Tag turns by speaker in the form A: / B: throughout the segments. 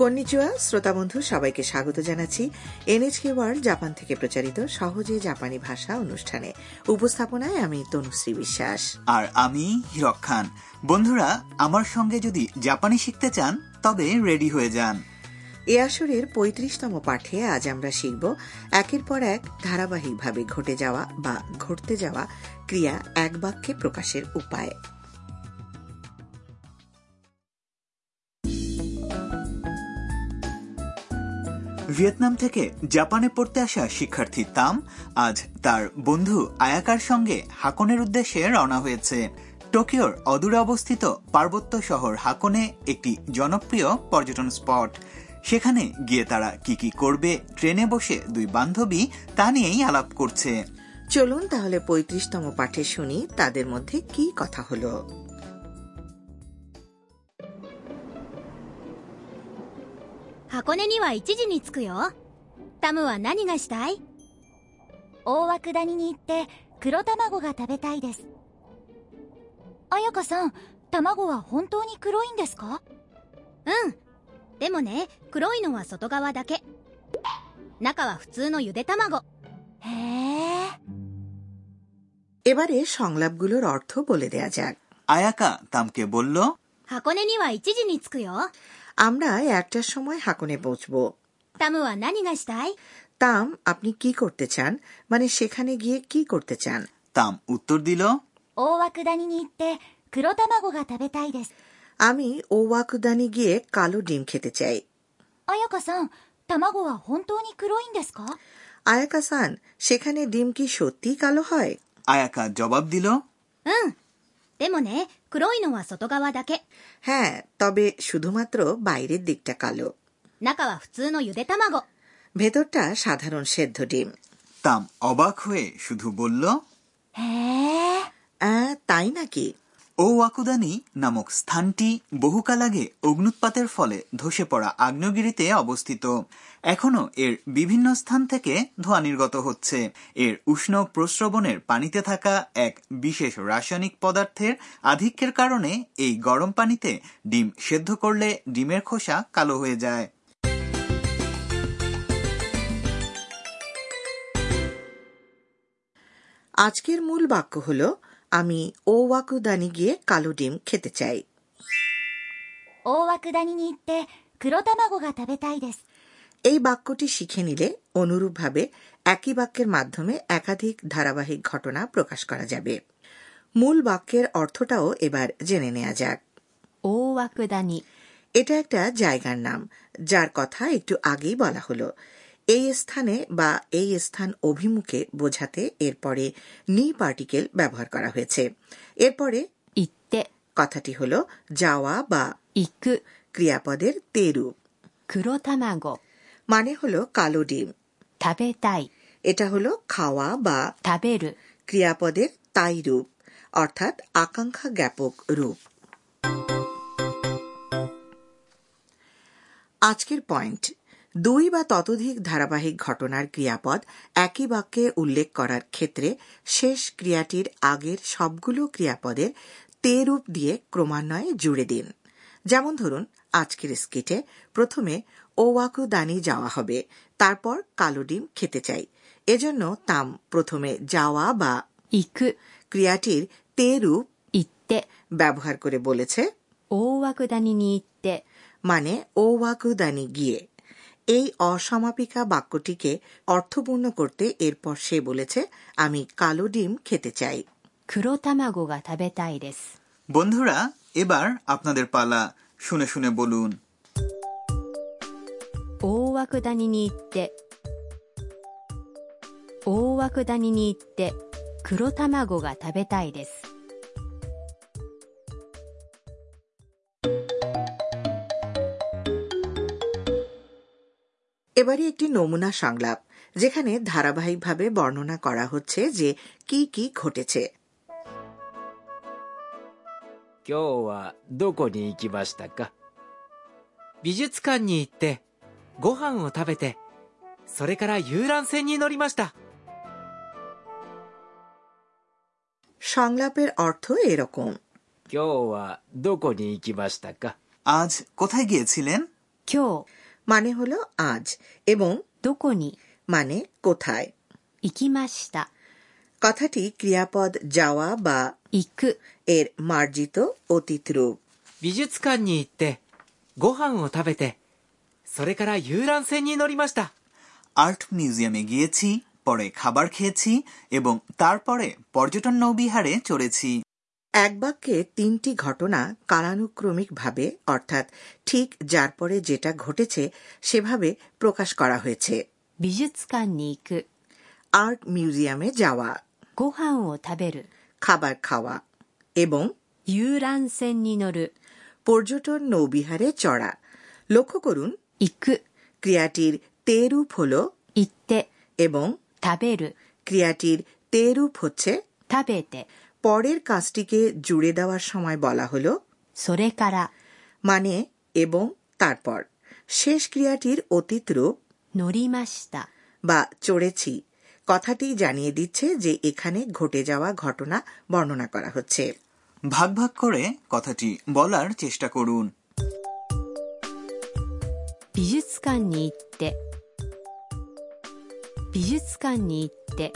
A: কন্নিচুয়া শ্রোতা বন্ধু সবাইকে স্বাগত জানাচ্ছি এনএচকে ওয়ার্ল্ড জাপান থেকে প্রচারিত সহজে জাপানি ভাষা অনুষ্ঠানে উপস্থাপনায় আমি তনুশ্রী বিশ্বাস
B: আর আমি হিরক খান বন্ধুরা আমার সঙ্গে যদি জাপানি শিখতে চান তবে রেডি হয়ে যান
A: এ আসরের পঁয়ত্রিশতম পাঠে আজ আমরা শিখব একের পর এক ধারাবাহিকভাবে ঘটে যাওয়া বা ঘটতে যাওয়া ক্রিয়া এক বাক্যে প্রকাশের উপায়
B: ভিয়েতনাম থেকে জাপানে পড়তে আসা শিক্ষার্থী তাম আজ তার বন্ধু আয়াকার সঙ্গে হাকনের উদ্দেশ্যে রওনা হয়েছে টোকিওর অদূরে অবস্থিত পার্বত্য শহর হাকনে একটি জনপ্রিয় পর্যটন স্পট সেখানে গিয়ে তারা কি কি করবে ট্রেনে বসে দুই বান্ধবী তা নিয়েই আলাপ করছে
A: চলুন তাহলে পঁয়ত্রিশতম পাঠে শুনি তাদের মধ্যে কি কথা হলো
C: 箱根には1時に着くよタムは何がしたい大涌谷に行って黒卵が食べたいです彩香さん卵は本当に黒いんですかうんでもね黒いのは外側だけ中は普通のゆで卵へえ
A: এবারে সংলাপগুলোর অর্থ বলে দেয়া যাক
B: আয়াকা তামকে বলল
C: 箱根には1時に着くよ
A: আমরা একটার সময় হাকনে পৌঁছব
C: タムは何がしたい
A: তাম আপনি কি করতে চান মানে সেখানে গিয়ে কি করতে চান
B: তাম উত্তর দিল
C: 大涌谷に行って黒卵が食べたいです。
A: আমি ও ওয়াকুদানি গিয়ে কালো ডিম খেতে চাই
C: 彩香さん、卵は本当に黒いんですか
A: আয়াকা সান সেখানে ডিম কি সত্যিই কালো হয়
B: আয়াকা জবাব দিল
C: うん。でもね、黒いのは外側だけ。
A: হ্যাঁ তবে শুধুমাত্র বাইরের দিকটা কালো
C: 中は普通のゆで卵。
A: ভেতরটা সাধারণ সেদ্ধ ডিম
B: তাম অবাক হয়ে শুধু বলল
C: へえ。
A: আহ, তাই নাকি
B: ও ওয়াকুদানি নামক স্থানটি বহুকাল আগে অগ্নুৎপাতের ফলে ধসে পড়া আগ্নেয়গিরিতে অবস্থিত এখনও এর বিভিন্ন স্থান থেকে ধোঁয়া নির্গত হচ্ছে এর উষ্ণ প্রস্রবণের পানিতে থাকা এক বিশেষ রাসায়নিক পদার্থের আধিক্যের কারণে এই গরম পানিতে ডিম সেদ্ধ করলে ডিমের খোসা কালো হয়ে যায়
A: আজকের মূল বাক্য হলো আমি ও ওয়াকুদানি গিয়ে কালো ডিম খেতে চাই
C: 大涌谷に行って黒卵が食べたいです。
A: এই বাক্যটি শিখে নিলে অনুরূপভাবে একই বাক্যের মাধ্যমে একাধিক ধারাবাহিক ঘটনা প্রকাশ করা যাবে মূল বাক্যের অর্থটাও এবার জেনে নেওয়া যাক
C: 大涌谷。
A: এটা একটা জায়গার নাম যার কথা একটু আগেই বলা হলো এই স্থানে বা এই স্থান অভিমুখে বোঝাতে এরপরে নি পার্টিকেল ব্যবহার করা হয়েছে এরপরে
C: 行って、
A: কথাটি হলো যাওয়া বা
C: 行く、
A: ক্রিয়াপদের তেরু
C: 黒卵、
A: মানে হলো কালো ডিম
C: 食べたい、
A: এটা হলো খাওয়া বা
C: 食べる。
A: ক্রিয়াপদের তাই রূপ অর্থাৎ আকাঙ্ক্ষা জ্ঞাপক রূপ আজকের পয়েন্ট দুই বা ততোধিক ধারাবাহিক ঘটনার ক্রিয়াপদ একই বাক্যে উল্লেখ করার ক্ষেত্রে শেষ ক্রিয়াটির আগের সবগুলো ক্রিয়াপদের তে রূপ দিয়ে ক্রমান্বয়ে জুড়ে দিন যেমন ধরুন আজকের স্কেটে প্রথমে ওয়াকু দানি যাওয়া হবে তারপর কালো ডিম খেতে চাই এজন্য তাম প্রথমে যাওয়া বা
C: 行く、
A: ক্রিয়াটির তে রূপ
C: 行って、
A: ব্যবহার করে বলেছে
C: 大涌谷に行って、
A: মানে ও ওয়াকুদানি গিয়ে এই অসমাপিকা বাক্যটিকে অর্থপূর্ণ করতে এরপর সে বলেছে আমি কালো ডিম খেতে চাই
C: 黒卵が食べたいです。
B: বন্ধুরা এবার আপনাদের পালা শুনে শুনে বলুন
C: 大涌谷に行って大涌谷に行って黒卵が食べたいです
A: এবারে একটি নমুনা সংলাপ যেখানে ধারাবাহিকভাবে বর্ণনা করা হচ্ছে যে কি কি ঘটেছে
D: 今日はどこに行きましたか美術館に行ってご飯を食べてそれから遊覧船に乗りました
A: সংলাপের অর্থ এরকম
D: 今日はどこに行きましたか
B: আজ কোথায় গিয়েছিলেন
E: 今日
A: মানে হলো আজ এবং
E: どこに
A: মানে কোথায়
E: 行きました。
A: কথাটি ক্রিয়াপদ যাওয়া বা
E: 行く
A: এর মার্জিত অতীত রূপ
D: 美術館に行ってご飯を食べてそれから遊覧船に乗りました
B: আর্ট মিউজিয়ামে গিয়েছি পরে খাবার খেয়েছি এবং তারপরে পর্যটন নৌবিহারে চড়েছি
A: এক বাক্যে তিনটি ঘটনা কালানুক্রমিকভাবে অর্থাৎ ঠিক যার পরে যেটা ঘটেছে সেভাবে প্রকাশ করা হয়েছে
E: 美術館に行く
A: আর্ট মিউজিয়ামে যাওয়া
E: ご飯を食べる
A: খাবার খাওয়া এবং
E: 遊覧船に乗る
A: পর্যটন নৌবিহারে চড়া লক্ষ্য করুন
E: 行く
A: ক্রিয়াটির তে রূপ হল
E: 行って
A: এবং
E: 食べる
A: ক্রিয়াটির তে রূপ হচ্ছে
E: 食べて
A: পরের কাজটিকে জুড়ে দেওয়ার সময় বলা হল
E: それから
A: মানে এবং তারপর শেষ ক্রিয়াটির অতীত রূপ
E: 乗りました。
A: বা চড়েছি কথাটি জানিয়ে দিচ্ছে যে এখানে ঘটে যাওয়া ঘটনা বর্ণনা করা হচ্ছে
B: ভাগ ভাগ করে কথাটি বলার চেষ্টা করুন
E: 美術館に行って美術館に行って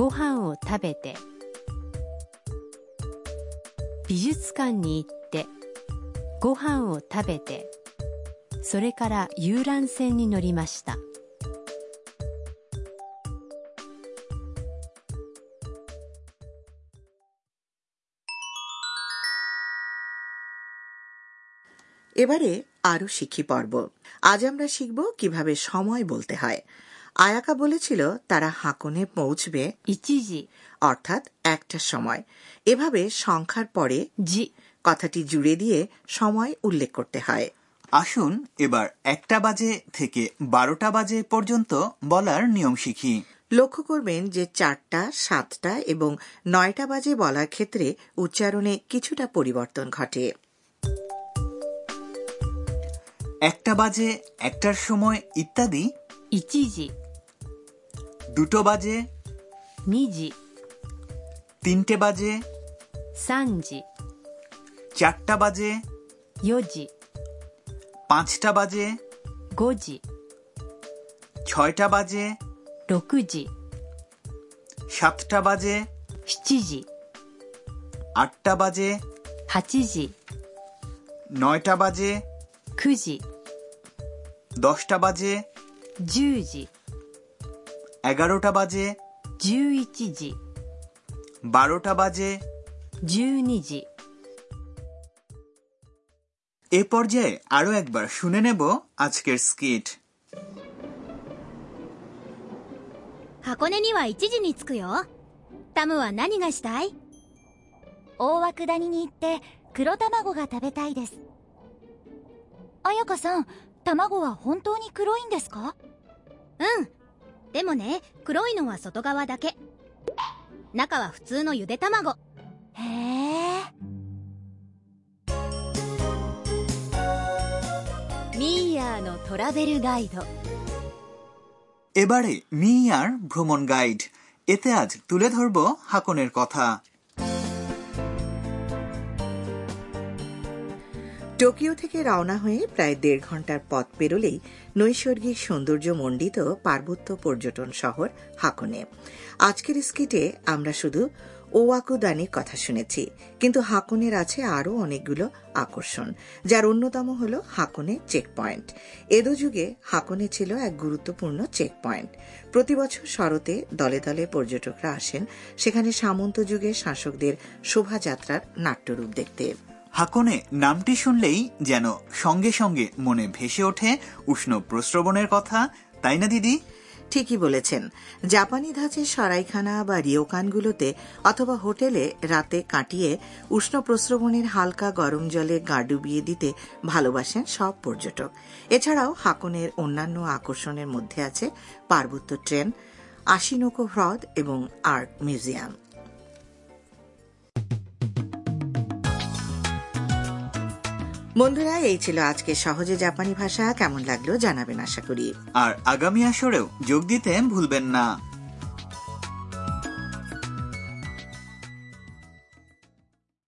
E: ご飯を食べて美術館に行ってご飯を食べてそれから遊覧船に乗りました
A: এবারে আরও শিখি পর্ব আজ আমরা শিখব কিভাবে সময় বলতে হয় আয়াকা বলেছিল তারা হাঁকনে পৌঁছবে
E: 一時
A: অর্থাৎ একটার সময় এভাবে সংখ্যার পরে
E: 時
A: কথাটি জুড়ে দিয়ে সময় উল্লেখ করতে হয়
B: আসুন এবার একটা বাজে থেকে বারোটা বাজে পর্যন্ত বলার নিয়ম শিখি
A: লক্ষ্য করবেন যে চারটা সাতটা এবং নয়টা বাজে বলার ক্ষেত্রে উচ্চারণে কিছুটা পরিবর্তন ঘটে
B: একটা বাজে একটার সময় ইত্যাদি
E: 1時
B: দুটো বাজে
E: 2時
B: তিনটে বাজে
E: 3時
B: চারটা বাজে
E: 4時
B: পাঁচটা বাজে
E: 5時
B: ছয়টা বাজে
E: 6時
B: সাতটা বাজে
E: 7時
B: আটটা বাজে
E: 8時
B: নয়টা বাজে
E: 9時
B: দশটা বাজে
E: 10時
B: এগারোটা বাজে
E: 11時
B: বারোটা বাজে
E: 12時
B: এ পর্যায়ে আরও একবার শুনে নেব আজকের স্কিট
C: 箱根には1時に着くよタムは何がしたい大涌谷に行って黒卵が食べたいです彩香さん卵は本当に黒いんですかうんでもね黒いのは外側だけ中は普通のゆで卵へえミーヤーのトラベルガイド
B: এবারে মিয়ার ভ্রমণ গাইড এতে আজ তুলে ধরব হাকনের কথা
A: টোকিও থেকে রওনা হয়ে প্রায় দেড় ঘন্টার পথ পেরোলেই নৈসর্গিক সৌন্দর্য মণ্ডিত পার্বত্য পর্যটন শহর হাকনে আজকের স্কিটে আমরা শুধু ওয়াকুদানির কথা শুনেছি কিন্তু হাকনের আছে আরও অনেকগুলো আকর্ষণ যার অন্যতম হল হাকনে চেকপয়েন্ট এদো যুগে হাকনে ছিল এক গুরুত্বপূর্ণ চেকপয়েন্ট প্রতি বছর শরতে দলে দলে পর্যটকরা আসেন সেখানে সামন্ত যুগে শাসকদের শোভাযাত্রার নাট্যরূপ দেখতে
B: হাকনে নামটি শুনলেই যেন সঙ্গে সঙ্গে মনে ভেসে ওঠে উষ্ণ প্রস্রবণের কথা তাই না দিদি
A: ঠিকই বলেছেন জাপানি ধাঁচের সরাইখানা বা রিওকানগুলোতে অথবা হোটেলে রাতে কাটিয়ে উষ্ণ প্রস্রবণের হালকা গরম জলে গা ডুবিয়ে দিতে ভালোবাসেন সব পর্যটক এছাড়াও হাকনের অন্যান্য আকর্ষণের মধ্যে আছে পার্বত্য ট্রেন আশিনোকো হ্রদ এবং আর্ট মিউজিয়াম বন্ধুরা এই ছিল আজকে সহজে জাপানি ভাষা কেমন লাগলো জানাবেন আশা করি
B: আর আগামী আসরেও যোগ দিতে ভুলবেন না